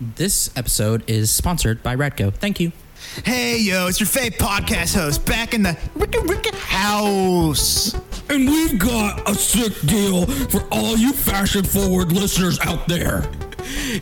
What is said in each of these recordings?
This episode is sponsored by Radco. Thank you. Hey yo, it's your fave podcast host back in the Ricka Ricka house. And we've got a sick deal for all you fashion forward listeners out there.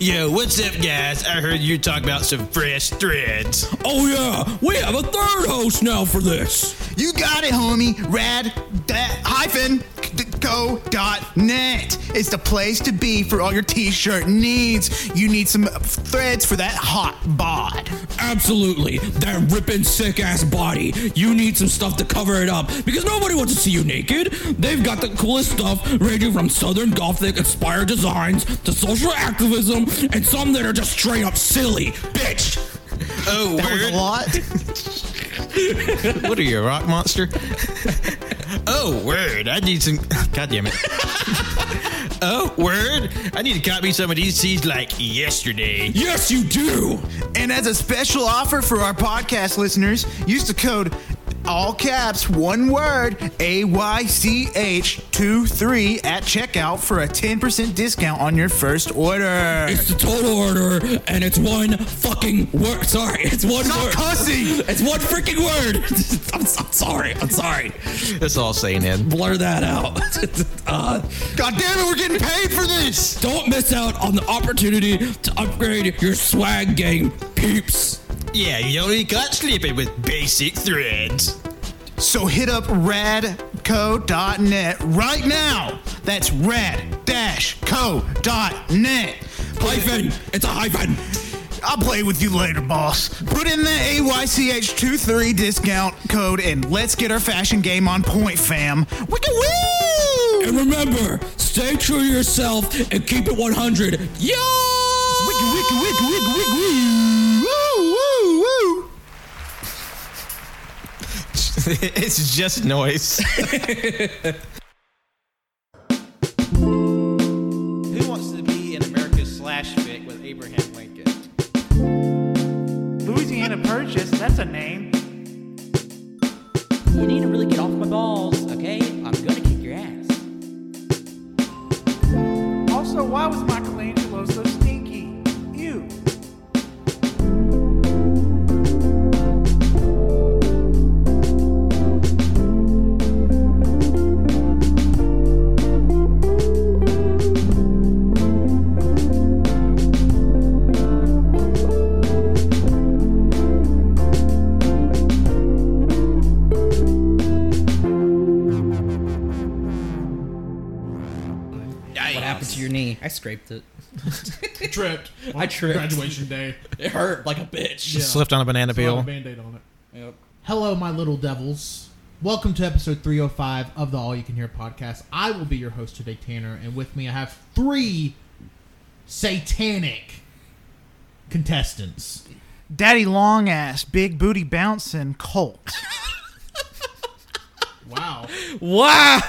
Yo, what's up, guys? I heard you talk about some fresh threads. Oh, yeah, we have a third host now for this. You got it, homie. Rad that hyphen c- co dot net. It's the place to be for all your t-shirt needs. You need some threads for that hot bod. Absolutely, that ripping, sick ass body. You need some stuff to cover it up because nobody wants to see you naked. They've got the coolest stuff ranging from Southern Gothic inspired designs to social activism and some that are just straight up silly. Bitch! Oh, That was a lot. what are you, a rock monster? oh, word. I need some. God damn it. oh, word. I need to copy some of these seeds like yesterday. Yes, you do! And as a special offer for our podcast listeners, use the code all caps one word AYCH23 at checkout for a 10% discount on your first order. It's the total order, and it's one fucking word. Sorry, it's one Stop word. cussing! It's one freaking word. I'm, so- I'm sorry. I'm sorry. That's all I'm saying, Ed. Blur that out. uh, God damn it, we're getting paid for this! don't miss out on the opportunity to upgrade your swag game, peeps. Yeah, you only got sleeping with basic threads. So hit up radco.net right now. That's rad-co.net. Hyphen. It's a hyphen. I'll play with you later, boss. Put in the AYCH23 discount code and let's get our fashion game on point, fam. Wicka woo! And remember, stay true to yourself and keep it 100. Yo! Wicka wicka wicka wicka wicka woo! Woo woo woo! it's just noise. Who wants to be in America's slash fic with Abraham Lincoln? Louisiana Purchase, that's a name. You need to really get off my balls, okay? I'm gonna kick your ass. Also, why was Michelangelo so stinky? Ew. What happened to your knee? I scraped it. tripped. I tripped. Graduation day. It hurt like a bitch. Yeah. Slipped on a banana Put a peel. band-aid on it. Hello, my little devils. Welcome to episode 305 of the All You Can Hear podcast. I will be your host today, Tanner, and with me I have three satanic contestants. Daddy long ass, big booty bouncing Colt. Wow. Wow!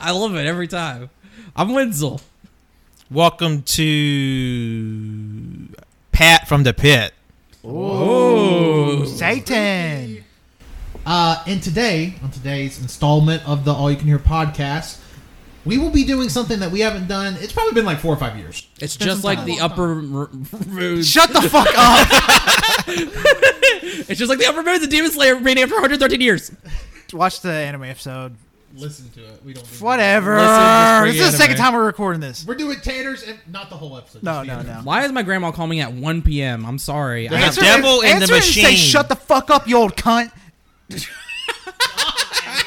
I love it every time. I'm Wenzel. Welcome to Pat from the Pit. Satan. Uh, and today, on today's installment of the All You Can Hear podcast, we will be doing something that we haven't done. It's probably been like four or five years. It's just like the upper r- moon. Shut the fuck up. It's just like the upper moon. The Demon Slayer reigning after 113 years. Watch the anime episode. Listen to it. We don't. do Whatever. Listen, just This is the re-anime. second time we're recording this. that. We're doing Tanner's, and not the whole episode. No, just the no, intro. no. Why is my grandma calling me at 1 p.m.? I'm sorry. I have The devil in the answer it And say, machine. Shut the fuck up, you old cunt.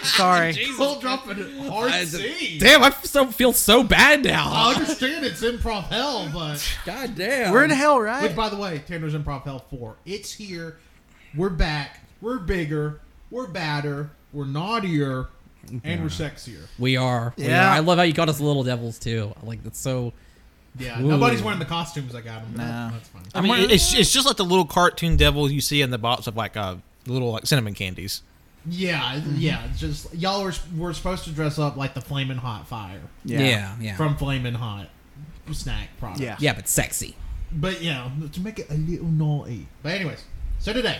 Sorry. Full drop in a hard C. Damn, I f- so, feel so bad I now. understand it's improv hell, but God damn. We're in hell, which, right? by the way, Tanner's improv hell four. It's here. We're back. We're bigger. We're badder. We're naughtier, and we're sexier. We are. We Yeah. are. I love how you called us little devils too. Like that's so. Yeah, Ooh. nobody's wearing the costumes I got. 'em. That's funny. I mean, it's, it's just like the little cartoon devil you see in the box of like uh, little like cinnamon candies. Yeah, Mm-hmm. yeah. it's Just y'all were were supposed to dress up like the flaming hot fire Yeah. Yeah. Yeah. from flaming hot snack product. Yeah. but sexy. But yeah, to make it a little naughty. But anyways, so today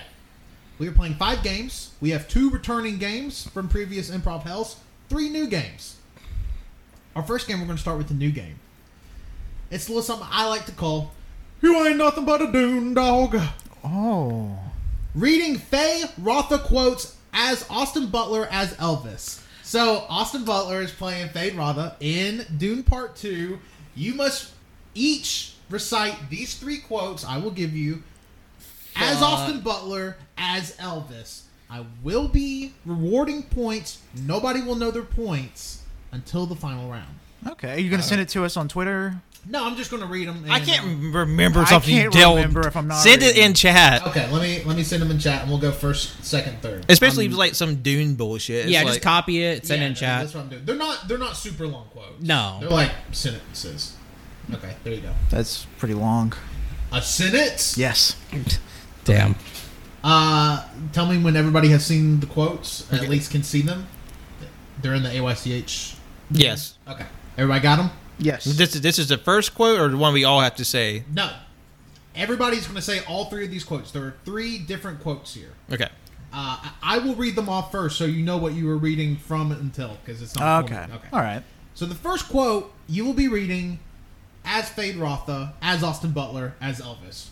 we are playing five games. We have two returning games from previous improv hells, three new games. Our first game we're going to start with the new game. It's a little something I like to call You Ain't Nothing But a Dune Dog. Oh. Reading Faye Rotha quotes as Austin Butler as Elvis. So Austin Butler is playing Faye Rotha in Dune Part 2. You must each recite these three quotes I will give you as Austin Butler as Elvis. I will be rewarding points. Nobody will know their points until the final round. Okay. Are you going to send it to us on Twitter? No, I'm just going to read them. I can't remember I something. can't Dell. remember if I'm not Send it reading. Oh. in chat. Okay, let me let me send them in chat, and we'll go first, second, third. Um, Especially if it's like some Dune bullshit. It's yeah, like, just copy it, send Yeah, in no, chat. That's what I'm doing. They're not they're not super long quotes. No. they're like sentences. Okay, there you go. That's pretty long. A sentence. Yes. Damn. Uh, tell me when everybody has seen the quotes, or at least can see them. They're in the AYCH. Yes. Okay, everybody got them. Yes. This is this is the first quote or the one we all have to say. No, everybody's going to say all three of these quotes. There are three different quotes here. Okay. Uh, I- I will read them off first, so you know what you were reading from until because it's not Okay. formatted. Okay. All right. So the first quote you will be reading as Fade Rotha, as Austin Butler, as Elvis.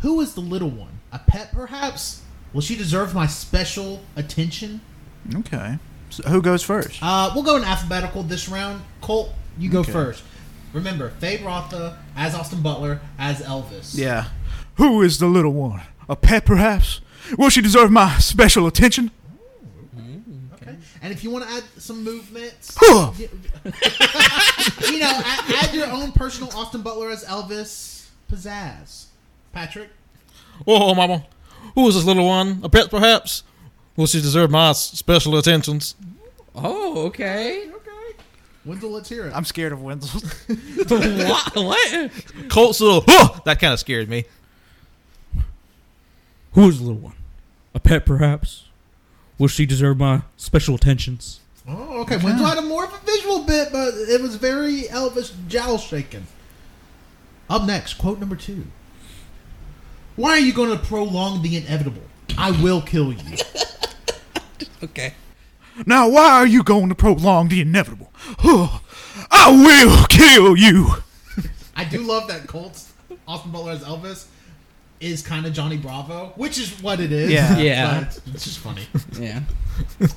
Who is the little one? A pet, perhaps? Will she deserve my special attention? Okay. So who goes first? Uh, we'll go in alphabetical this round. Colt, you go Okay. first. Remember, Fade Rotha, as Austin Butler, as Elvis. yeah. Who is the little one? A pet, perhaps? Will she deserve my special attention? Okay. And if you want to add some movements, Huh. you know, add, add your own personal Austin Butler as Elvis pizzazz. Patrick? Whoa, Oh, mama. Who is this little one? A pet, perhaps? Will she deserve my s- special attentions? Oh, okay. Wendell, let's hear it. I'm scared of Wenzel. what? what? Colt's little. Huh! That kind of scared me. Who is the little one? A pet, perhaps? Will she deserve my special attentions? Oh, okay. Winslow had a more of a visual bit, but it was very Elvis jowl shaking. Up next, quote number two. Why are you going to prolong the inevitable? I will kill you. Okay. now, why are you going to prolong the inevitable? Huh. I will kill you. I do love that Colts, Austin Butler as Elvis, is kind of Johnny Bravo, which is what it is. Yeah. Yeah. But it's just funny. Yeah.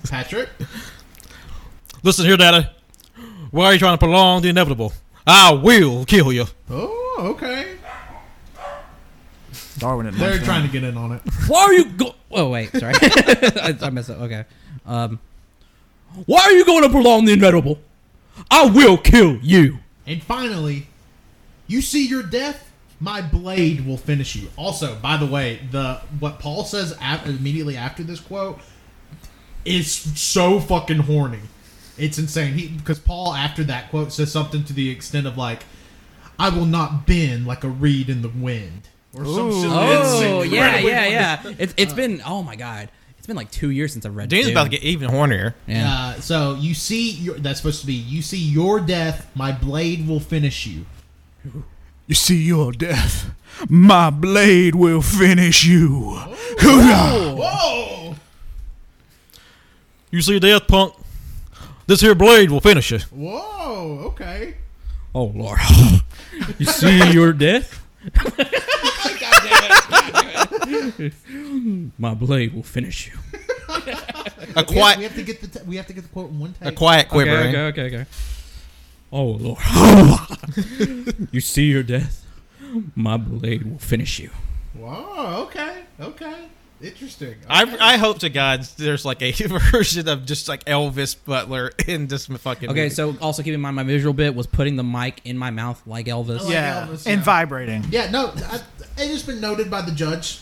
Patrick? Listen here, Daddy. Why are you trying to prolong the inevitable? I will kill you. Oh, okay. Darwin and They're trying to get in on it. Why are you go? uh, Oh wait, sorry, I, I messed up. Okay. Um, why are you going to prolong the inevitable? I will kill you. And finally, you see your death, my blade will finish you. Also, by the way, the what Paul says af- immediately after this quote is so fucking horny. It's insane. He because Paul after that quote says something to the extent of like, "I will not bend like a reed in the wind." Or some shit. Oh It's yeah, incredibly yeah, funny. yeah. It's it's been oh my god, it's been like two years since I've read. Dean's Dune. about to get even hornier. Yeah. Uh, so you see your that's supposed to be you see your death, my blade will finish you. You see your death. My blade will finish you. Whoa! You see death, punk? This here blade will finish you. Whoa! Okay. oh lord. you see your death. My blade will finish you. A We have, quiet, we have to get the t- we have to get the quote in one take. a quiet quivering. okay, okay. Oh lord. you see your death. My blade will finish you. Whoa. Okay. Okay. Interesting. I, I hope to God there's like a version of just like Elvis Butler in this fucking. Okay, movie. so also keep in mind my visual bit was putting the mic in my mouth like Oh, Elvis. like Yeah. Elvis, and yeah. vibrating. yeah. No. I, it has been noted by the judge.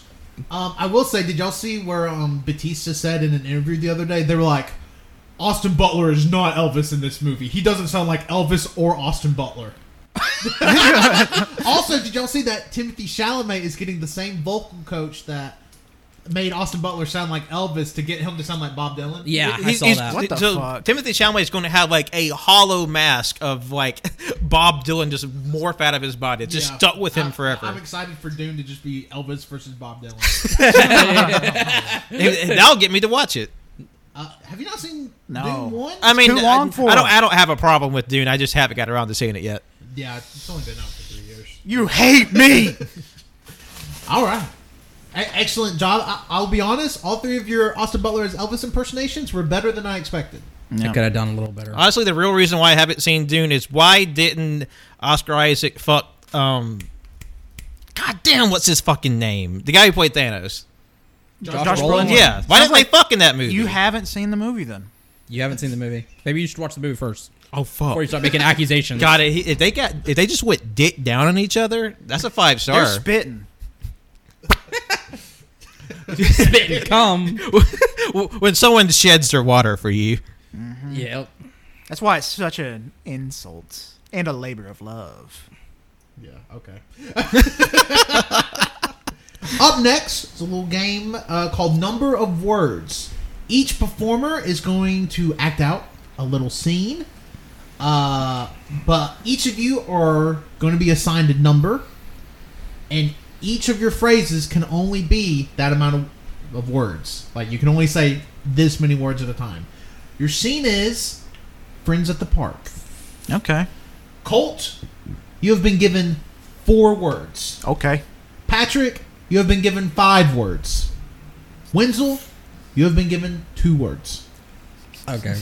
Um, I will say, did y'all see where um, Batista said in an interview the other day? They were like, Austin Butler is not Elvis in this movie. He doesn't sound like Elvis or Austin Butler. also, did y'all see that Timothy Chalamet is getting the same vocal coach that made Austin Butler sound like Elvis to get him to sound like Bob Dylan? Yeah, I He's- saw he's- that. What the so fuck? Timothy Chalamet is going to have like a hollow mask of like Bob Dylan just morph out of his body. It's just Yeah. stuck with him I'm- forever. I'm excited for Dune to just be Elvis versus Bob Dylan. And- and That'll get me to watch it. uh, have you not seen No. Dune one? I mean, too long I, for I don't. him. I don't have a problem with Dune. I just haven't got around to seeing it yet. Yeah, it's only been out for three years. You hate me. All right. E- excellent job. I- I'll be honest, all three of your Austin Butler as Elvis impersonations were better than I expected. I could have done a little better. Honestly, the real reason why I haven't seen Dune is why didn't Oscar Isaac fuck um God damn, what's his fucking name? The guy who played Thanos. Josh, Brolin? Brolin. Yeah. Why Sounds didn't they like fuck in that movie? You haven't seen the movie then. You haven't seen the movie. Maybe you should watch the movie first Oh fuck. before you start making accusations. God, if if they got if they just went dick down on each other, that's a five They're star. spitting. Spit and cum. when someone sheds their water for you, yep. That's why it's such an insult and a labor of love. Yeah, okay. Up next is a little game uh, called Number of Words. Each performer is going to act out a little scene, uh, but each of you are going to be assigned a number, and each of your phrases can only be that amount of, of words. Like, you can only say this many words at a time. Your scene is Friends at the Park. Okay. Colt, you have been given four words. Okay. Patrick, you have been given five words. Wenzel, you have been given two words. Okay.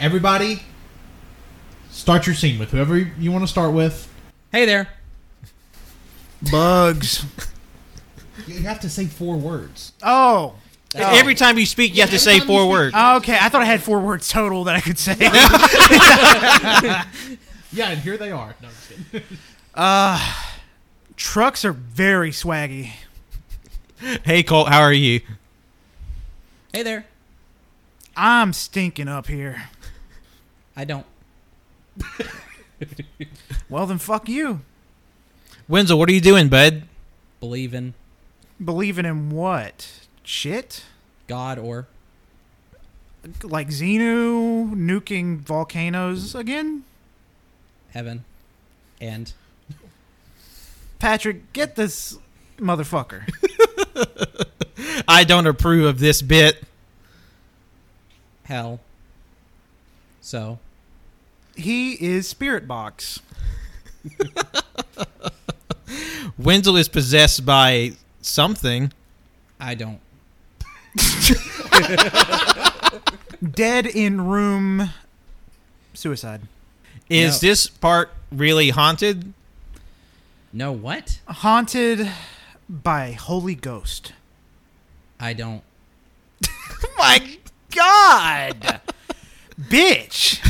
Everybody, start your scene with whoever you want to start with. Hey there. Bugs. You have to say four words. Oh. every time you speak, you have to say every time you four speak- words. Okay. I thought I had four words total that I could say. Yeah, and here they are. No, I'm just kidding. Trucks are very swaggy. Hey Colt, how are you? Hey there. I'm stinking up here. I don't. Well, then fuck you. Wenzel, what are you doing, bud? believe in Believing in what? Shit? God or Like Xenu nuking volcanoes again? heaven and Patrick, get this motherfucker. I don't approve of this bit. hell. So, he is Spirit Box. Wenzel is possessed by something. I don't. Dead in room suicide. Is No. this part really haunted? No, what? Haunted by Holy Ghost. I don't. Oh My God! Bitch!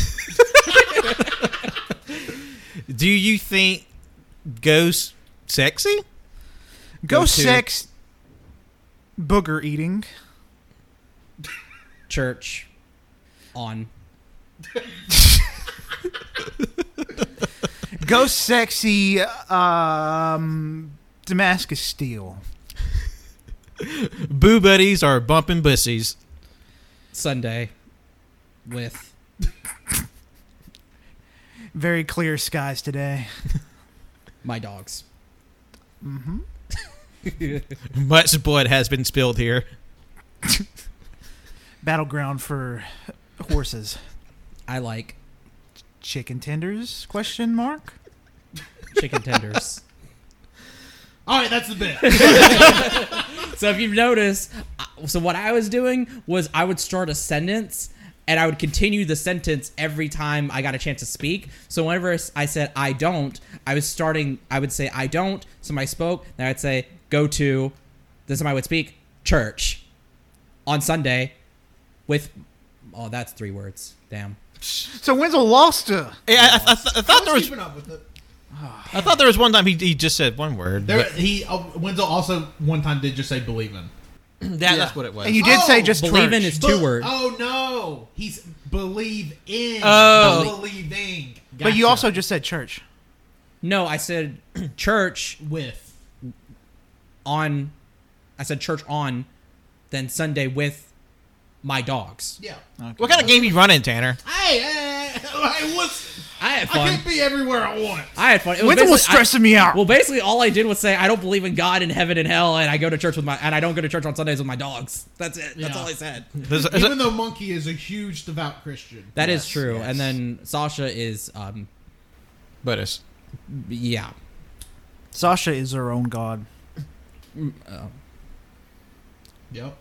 Do you think ghosts sexy? Ghost to. sex booger eating. Church on Ghost sexy um Damascus steel. Boo buddies are bumping bussies. Sunday with Very clear skies today. my dogs. Much blood has been spilled here. Battleground for horses. I like Chicken tenders? Question mark. chicken tenders. All right, that's the bit. so if you've noticed, I- so what I was doing was I would start a sentence and I would continue the sentence every time I got a chance to speak. So whenever I s- I said I don't, I was starting. I would say I don't. So I spoke. Then I'd say go to. This time I would speak church on Sunday with. Oh, that's three words. Damn. So Wenzel lost her. Hey, I, I, I, th- I thought there was. Keeping up with it. I thought there was one time he, he just said one word. There, but he uh, Wenzel also one time did just say believe in. that, That's what it was. And you did say Oh, just Believe in church. is two Be- words. Oh no, he's believe in. Oh. believing. But you Gotcha. also just said church. No, I said church with on. I said church on, then Sunday with my dogs. yeah. what kind of game you running, Tanner? Hey, hey, hey, hey, what's, I had I fun. can't be everywhere at once. I had fun. It Wenzel was basically- I- stressing me out. Well, basically, all I did was say I don't believe in God and heaven and hell, and I go to church with my and I don't go to church on Sundays with my dogs. That's it. That's Yeah. all I said. There's- there's a- Even though Monkey is a huge devout Christian, That is true. And then Sasha is um, but us. Yeah. Sasha is her own god. Yep.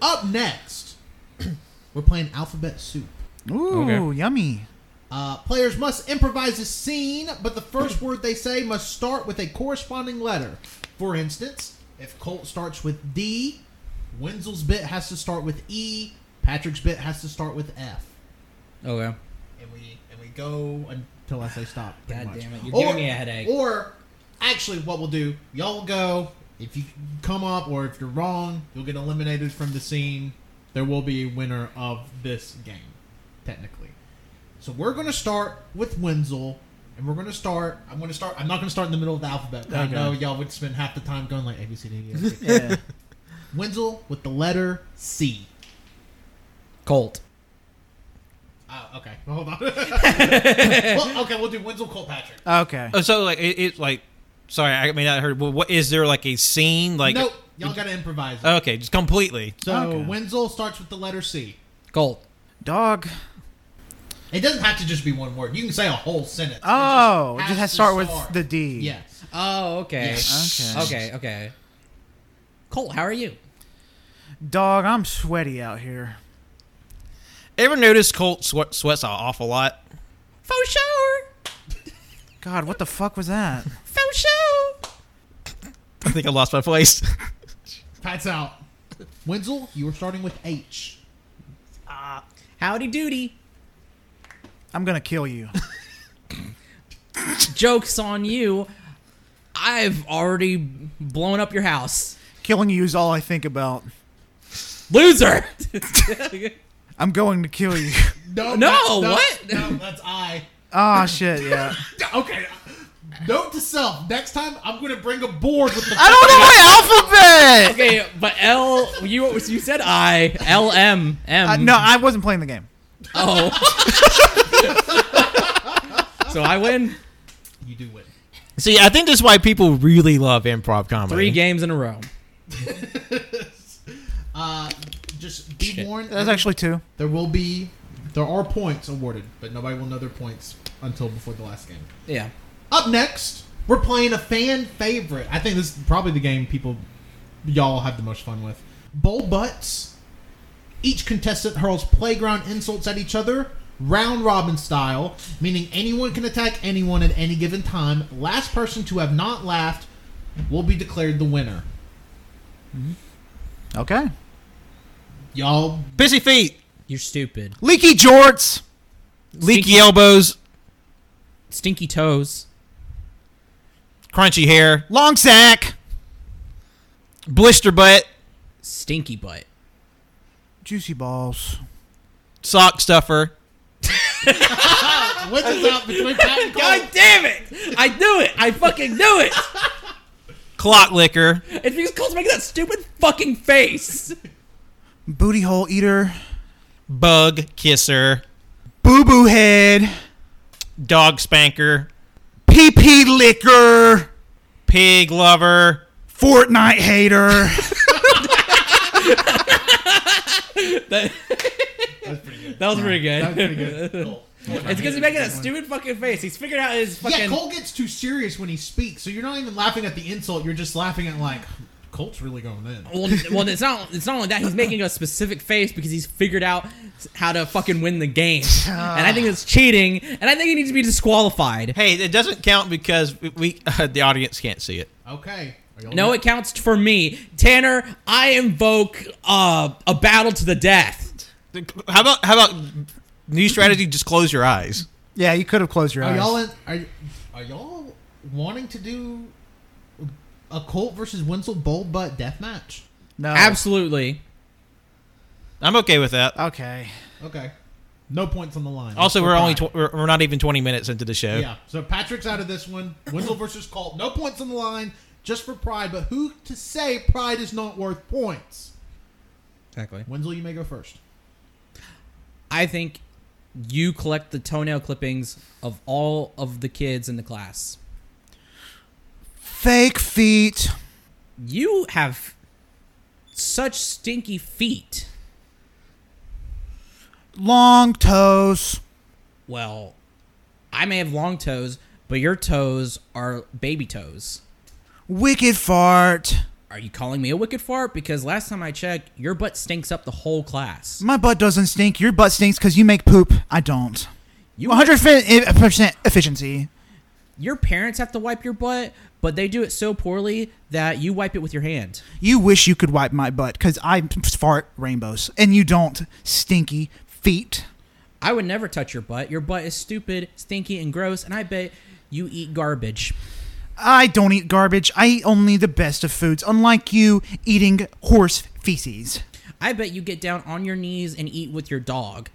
Up next, we're playing Alphabet Soup. Ooh, Okay. yummy. Uh, players must improvise a scene, but the first word they say must start with a corresponding letter. For instance, if Colt starts with D, Wenzel's bit has to start with E, Patrick's bit has to start with F. Okay. and we and we go until I say stop. pretty God much. damn it, you're giving me a headache. Or actually, what we'll do, y'all will go. If you come up or if you're wrong, you'll get eliminated from the scene. There will be a winner of this game, technically. So we're gonna start with Wenzel, and we're gonna start. I'm gonna start. I'm not gonna start in the middle of the alphabet. 'cause I know y'all would spend half the time going like A B C D E F G. Yeah. Wenzel with the letter C. Colt. Oh, okay. Well, hold on. well, okay, we'll do Wenzel Colt Patrick. okay. Oh, so like it, it like, sorry, I mean I heard. Well, what is there like a scene like? nope, y'all gotta improvise. it. Okay, just completely. so okay. Wenzel starts with the letter C. Colt. Dog. It doesn't have to just be one word. You can say a whole sentence. It Oh, it just just has to start with the D. Yeah. Oh, okay. Okay. Okay, okay. Colt, how are you? Dog, I'm sweaty out here. Ever notice Colt swe- sweats an awful lot? Faux sure. God, what the fuck was that? Faux sure. I think I lost my place. Pat's out. Wenzel, you were starting with H. Howdy doody. I'm gonna kill you. Joke's on you. I've already blown up your house. Killing you is all I think about. Loser. I'm going to kill you. No. No, that's- what? No, that's I. Ah, shit, yeah. Okay. Note to self: Next time, I'm gonna bring a board with the. I don't know my alphabet! okay, but L, you you said I. L M M. Uh, no, I wasn't playing the game. Oh. so I win you do win. See, I think that's why people really love improv comedy. three games in a row. Just be warned. That's actually two. there will be, there are points awarded, but nobody will know their points until before the last game. Yeah. Up next, we're playing a fan favorite. I think this is probably the game people, y'all have the most fun with. Bowl butts. Each contestant hurls playground insults at each other, round robin style, meaning anyone can attack anyone at any given time. Last person to have not laughed will be declared the winner. Okay. Y'all, busy feet, You're stupid. Leaky jorts! leaky elbows, Stinky toes. crunchy hair, Long sack! blister butt, Stinky butt. Juicy balls. sock stuffer. what's this out between Pat and Cole? God damn it! I knew it! I fucking knew it! clock licker, It's because Colt's making that stupid fucking face. Booty hole eater. bug kisser, Boo boo head. dog spanker, Pee pee liquor. pig lover, Fortnite hater. That was pretty good. Cole. it's because he's making that stupid fucking face. He's figured out his fucking. Yeah, Cole gets too serious when he speaks, so you're not even laughing at the insult. You're just laughing at like, Colt's really going in. well, well, it's not. It's not only that he's making a specific face because he's figured out how to fucking win the game, and I think it's cheating, and I think he needs to be disqualified. Hey, it doesn't count because we- we uh, the audience can't see it. Okay. Are y'all No, it counts for me, Tanner. I invoke uh, a battle to the death. How about how about new strategy? Just close your eyes. yeah, you could have closed your Are eyes. y'all in, are are y'all wanting to do a Colt versus Wenzel bowl butt death match? no. Absolutely. I'm okay with that. Okay. Okay, no points on the line. Also, we're only tied. tw- we're we're not even 20 minutes into the show. yeah. So Patrick's out of this one. Wenzel versus Colt, no points on the line, just for pride. But who to say pride is not worth points? Exactly. Wenzel, you may go first. I think you collect the toenail clippings of all of the kids in the class. Fake feet. You have such stinky feet. Long toes. Well, I may have long toes, but your toes are baby toes. Wicked fart. Are you calling me a wicked fart? Because last time I checked, your butt stinks up the whole class. My butt doesn't stink. Your butt stinks because you make poop. I don't. You 100% eh, efficiency. Your parents have to wipe your butt, but they do it so poorly that you wipe it with your hand. You wish you could wipe my butt because I fart rainbows. And you don't, stinky feet. I would never touch your butt. Your butt is stupid, stinky, and gross, and I bet you eat garbage. I don't eat garbage. I eat only the best of foods, unlike you eating horse feces. I bet you get down on your knees and eat with your dog.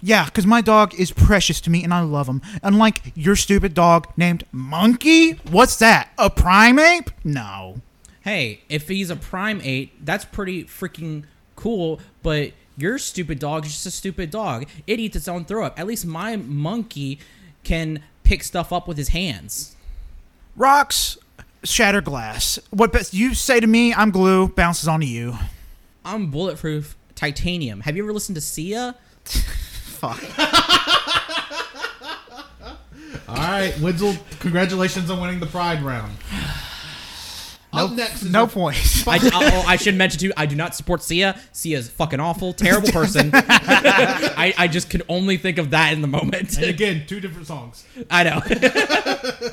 Yeah, because my dog is precious to me and I love him. Unlike your stupid dog named Monkey? What's that? A primate? No. Hey, if he's a primate, that's pretty freaking cool, but your stupid dog is just a stupid dog. It eats its own throw up. At least my monkey can pick stuff up with his hands. Rocks shatter glass. What best you say to me, I'm glue, bounces onto you. I'm bulletproof titanium. Have you ever listened to Sia? Fuck. All right, Wenzel, congratulations on winning the pride round. Up next is No our- points. I, oh, I should mention too, I do not support Sia. Sia's fucking awful, terrible person. I, I just could only think of that in the moment. And again, two different songs. I know.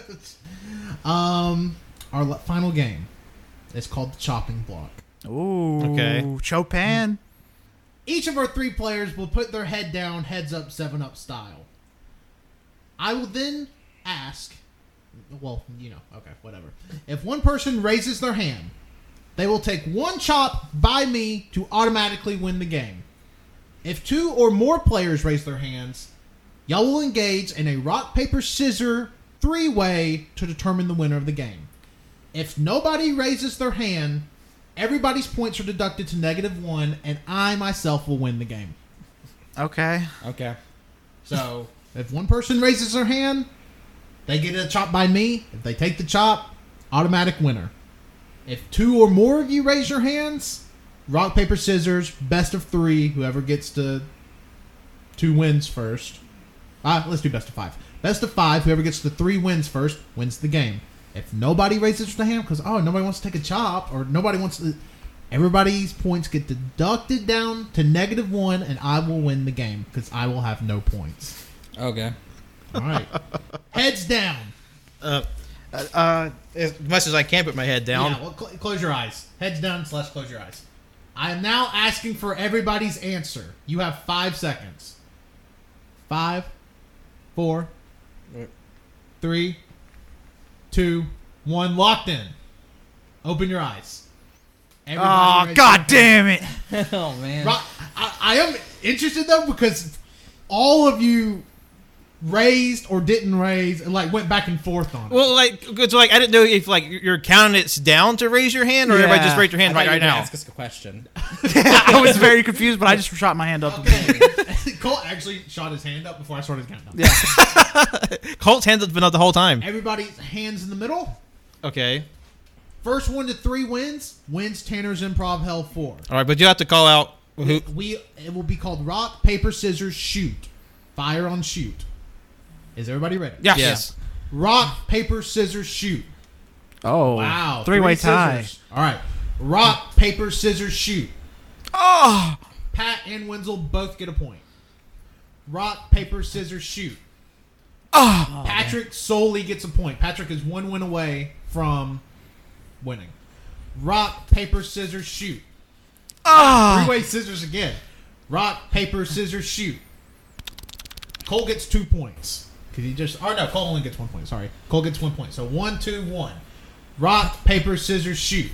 Our la- final game is called the chopping block. Ooh. Okay. Chopin. Each of our three players will put their head down, heads up, seven up style. I will then ask, well, you know, okay, whatever. If one person raises their hand, they will take one chop by me to automatically win the game. If two or more players raise their hands, y'all will engage in a rock, paper, scissor three way to determine the winner of the game. If nobody raises their hand, everybody's points are deducted to negative one, and I myself will win the game. Okay. okay. So if one person raises their hand, they get a chop by me. If they take the chop, automatic winner. If two or more of you raise your hands, rock, paper, scissors, best of three, whoever gets to two wins first. Uh, let's do best of five. Best of five, whoever gets the three wins first wins the game. If nobody raises their hand because, oh, nobody wants to take a chop or nobody wants to. Everybody's points get deducted down to negative one, and I will win the game because I will have no points. Okay. All right. Heads down. Uh, as much as I can put my head down. Yeah, well, cl- close your eyes. Heads down slash close your eyes. I am now asking for everybody's answer. You have five seconds. Five, four, three, two, one. Locked in. Open your eyes. Oh, Everybody raise god their hand. damn it. Oh man. Ro- I, I am interested though because all of you raised or didn't raise and like went back and forth on it. Well, like, it's like I didn't know if like you're counting it's down to raise your hand, or everybody Yeah. just raise your hand I thought you right, were right gonna now. Ask us a question. I was very confused, but I just shot my hand up. Colt actually shot his hand up before I started counting. Yeah. Colt's hands has been up the whole time. Everybody's hands in the middle. Okay, First one to three wins wins Tanner's Improv Hell four. all right, but you have to call out who. We it will be called rock paper scissors shoot, fire on shoot. Is everybody ready? Yes. Rock paper scissors shoot. Oh. Wow. Three-way three scissors. All right. Rock paper scissors shoot. Oh, Pat and Wenzel both get a point. Rock, paper, scissors, shoot. Patrick solely gets a point. Patrick is one win away from winning. Rock, paper, scissors, shoot. oh. Three way scissors again. Rock, paper, scissors, shoot. Cole gets two points. Because he just. Oh, no. Cole only gets one point. Sorry. Cole gets one point. So one, two, one. Rock, paper, scissors, shoot.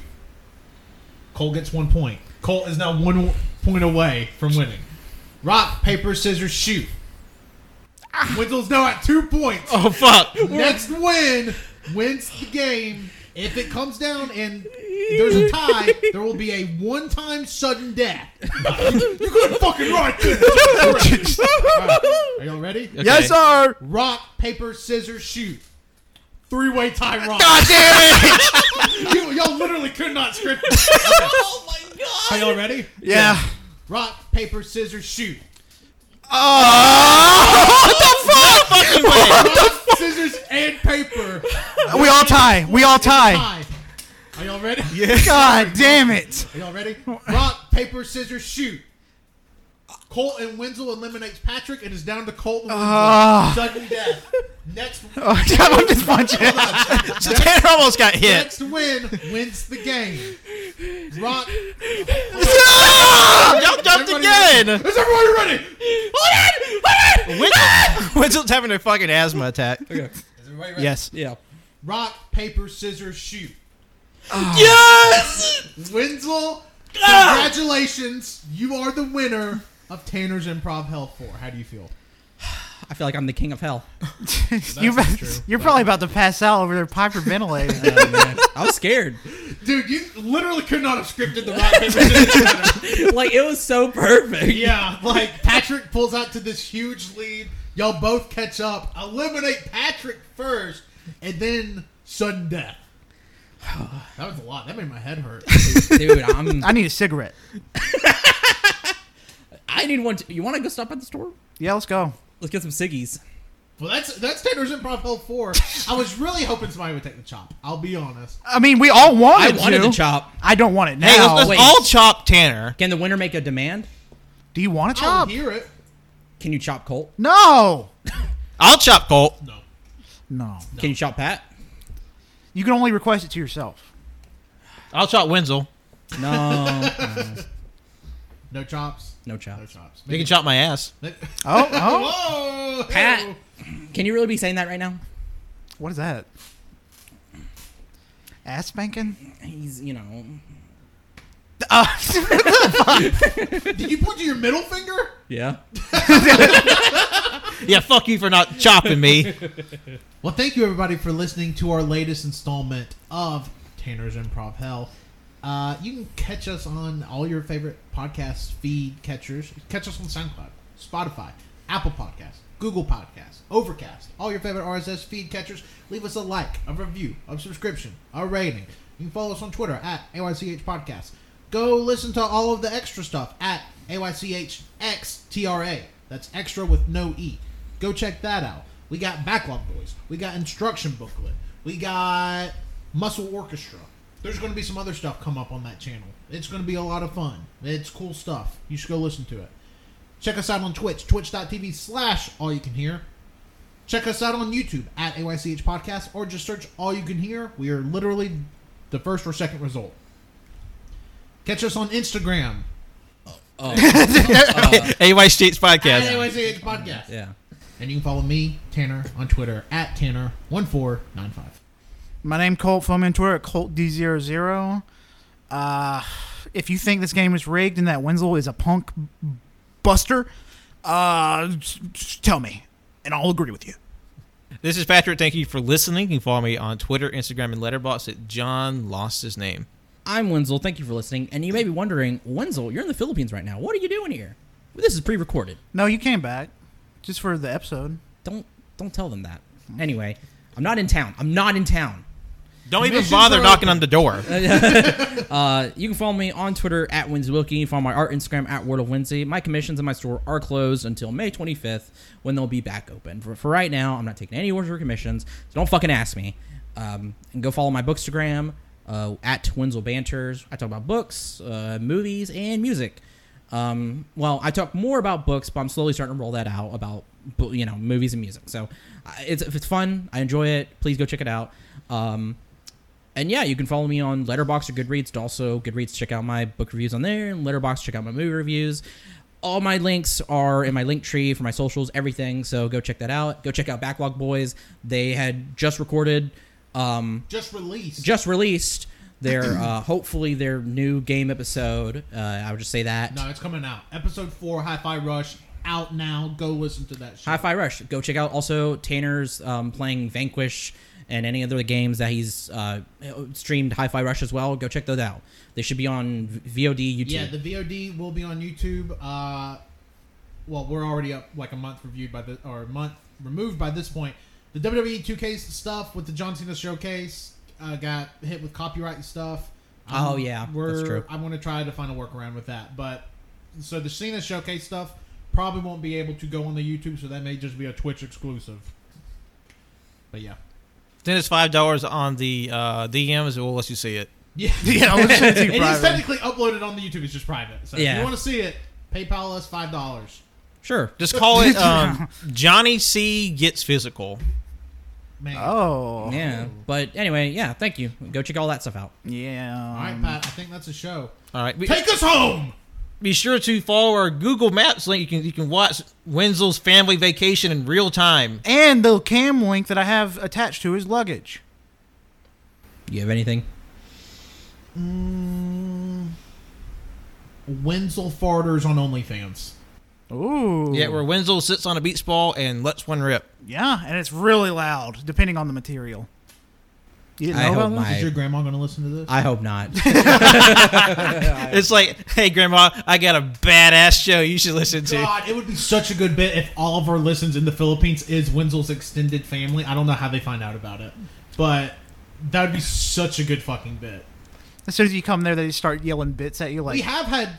Cole gets one point. Cole is now one point away from winning. Rock, paper, scissors, shoot. Wenzel's now at two points. Oh fuck! Next win wins the game. If it comes down and there's a tie, there will be a one-time sudden death. you couldn't fucking write this. Alright, Are y'all ready? Yes, sir. Rock, paper, scissors, shoot. Three-way tie. Rock. God damn it. You, y'all literally could not script. This. oh my god! Are y'all ready? Yeah. Rock, paper, scissors, shoot. Oh, what the fuck? fucking way. Rock, scissors, and paper. We all tie. We all tie. Tied. Are y'all ready? God damn it. Are y'all ready? Rock, paper, scissors, shoot. Colton Wenzel eliminates Patrick and is down to Colton Wenzel. Ah. Sudden death. Next, Oh, I'm just punching. Tanner almost got hit. next win wins the game. Rock. Ah, Y'all jumped Everybody again. Is everybody ready? Ah! Wenzel- Wenzel's having a fucking asthma attack. Is everybody ready? Yes. Yeah. Rock, paper, scissors, shoot. Ah. Yes. Wenzel, congratulations. You are the winner of Tanner's Improv Hell 4. How do you feel? I feel like I'm the king of hell. You're, not true. you're probably about to pass out over there hyperventilating. I was scared. Dude, you literally could not have scripted the rock, paper, scissors, shoot. like it was so perfect. Yeah, like Patrick pulls out to this huge lead. Y'all both catch up, eliminate Patrick first, and then sudden death. That was a lot. That made my head hurt. Dude, I'm I need a cigarette. I need one. T- you want to go stop at the store? Yeah, let's go. Let's get some ciggies. well, that's that's Tanner's improv hell four. I was really hoping somebody would take the chop. I'll be honest. I mean, we all I wanted wanted to. to chop. I don't want it now. Hey, let's, let's wait. all chop Tanner. Can the winner make a demand? Do you want to I'll chop? hear it. Can you chop Colt? No. I'll chop Colt. No. No. Can you chop Pat? You can only request it to yourself. I'll chop Wenzel. No, No chops. no No chop. chops. They can chop my ass. Oh, oh. Whoa! Pat, can you really be saying that right now? what is that? Ass spanking? He's, you know, Uh, Did you point to your middle finger? yeah. Yeah, fuck you for not chopping me. Well, thank you everybody for listening to our latest installment of Tanner's Improv Hell. Uh, you can catch us on all your favorite podcast feed catchers. Catch us on SoundCloud, Spotify, Apple Podcasts, Google Podcasts, Overcast, all your favorite RSS feed catchers. Leave us a like, a review, a subscription, a rating. You can follow us on Twitter at AYCH Podcast. Go listen to all of the extra stuff at AYCHXTRA. That's extra with no E. Go check that out. We got Backlog Boys. We got Instruction Booklet. We got Muscle Orchestra. There's going to be some other stuff come up on that channel. It's going to be a lot of fun. It's cool stuff. You should go listen to it. Check us out on Twitch, twitch.tv slash all you can hear. Check us out on YouTube at AYCH Podcast or just search All You Can Hear. We are literally the first or second result. Catch us on Instagram AY States at Podcast. AYCH Podcast. Yeah. And you can follow me, Tanner, on Twitter at Tanner1495. My name Colt. Follow me on Twitter at ColtD00. Uh, if you think this game is rigged and that Winslow is a punk buster, uh, s- s- tell me, and I'll agree with you. This is Patrick. Thank you for listening. You can follow me on Twitter, Instagram, and Letterboxd at John Lost His Name. I'm Wenzel. Thank you for listening. And you may be wondering, Wenzel, you're in the Philippines right now. What are you doing here? Well, this is pre-recorded. No, you came back just for the episode. Don't don't tell them that. Anyway, I'm not in town. I'm not in town. Don't even Missions bother are knocking open. on the door. You can follow me on Twitter at Wins Wilkie. You can Follow my art Instagram at Word of Wednesday. My commissions in my store are closed until May 25th when they'll be back open. For, for right now, I'm not taking any orders or commissions, so don't fucking ask me. Um, and go follow my bookstagram uh, at Wenzel Banters. I talk about books, uh, movies, and music. Um, well, I talk more about books, but I'm slowly starting to roll that out about bo- you know movies and music. So uh, it's if it's fun, I enjoy it. Please go check it out. Um, and yeah, you can follow me on Letterbox or Goodreads. To also, Goodreads, check out my book reviews on there, and Letterbox, check out my movie reviews. All my links are in my link tree for my socials, everything. So go check that out. Go check out Backlog Boys. They had just recorded, um, Just released. just released their uh, hopefully their new game episode. Uh, I would just say that. no, it's coming out. Episode 4, Hi-Fi Rush, out now. Go listen to that shit. Hi Fi Rush. Go check out also Tanner's um, playing Vanquish and any other games that he's uh, streamed Hi Fi Rush as well. Go check those out. They should be on VOD, YouTube. Yeah, the VOD will be on YouTube. Uh, well, we're already up like a month reviewed by the or a month removed by this point. The WWE 2K stuff with the John Cena showcase uh, got hit with copyright stuff. Um, Oh, yeah, that's we're true. I'm going to try to find a workaround with that. But so the Cena showcase stuff probably won't be able to go on the YouTube, so that may just be a Twitch exclusive. But yeah. Then it's five dollars on the uh, DMs. We'll let you see it. Yeah. Yeah, I was gonna do It is private. technically uploaded on the YouTube. It's just private. So if Yeah. you want to see it, PayPal us five dollars. Sure. Just call it um, Johnny C gets physical. Man. Oh. Yeah. But anyway, yeah. Thank you. Go check all that stuff out. All Yeah. right, Pat. I think that's a show. All right. Be, Take us home. be sure to follow our Google Maps link. You can you can watch Wenzel's family vacation in real time. And the cam link that I have attached to his luggage. You have anything? Wenzel farters on OnlyFans. Ooh. Yeah, where Wenzel sits on a beach ball and lets one rip. Yeah, and it's really loud, depending on the material. You didn't I know hope about that? my- Is your grandma going to listen to this? I hope not. It's like, hey, Grandma, I got a badass show you should listen to. Oh God, it would be such a good bit if all of our listens in the Philippines is Wenzel's extended family. I don't know how they find out about it, but that would be such a good fucking bit. As soon as you come there, they start yelling bits at you like, We have had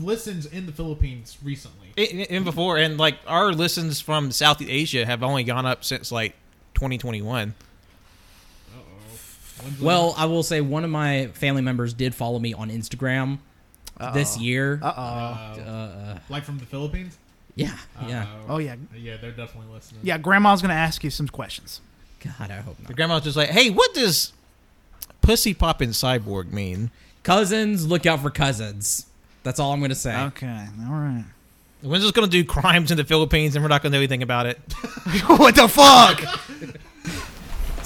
listens in the Philippines recently. And and before, and like our listens from Southeast Asia have only gone up since like 2021. well, I will say one of my family members did follow me on Instagram this year. uh Uh, like from the Philippines? Yeah. Yeah. oh. Oh, yeah. Yeah, they're definitely listening. Yeah, grandma's going to ask you some questions. God, I hope not. Your grandma's just like, hey, what does pussy poppin' cyborg mean? Cousins, look out for cousins. That's all I'm gonna say. Okay, all right. When's this going to do crimes in the Philippines and we're not going to know anything about it? what the fuck?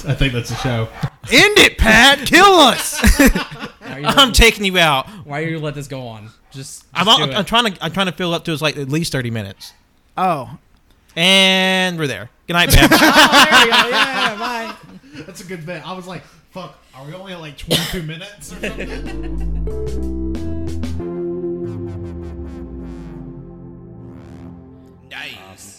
I think that's a show. End it, Pat. Kill us. Why are you I'm let, taking you out. why you let this go on? Just, just I'm, do I'm, it. I'm trying to I'm trying to fill up to us like at least 30 minutes. oh, And we're there. Good night, Pat. That's a good bit. I was like, fuck, are we only at like 22 minutes or something? Nice.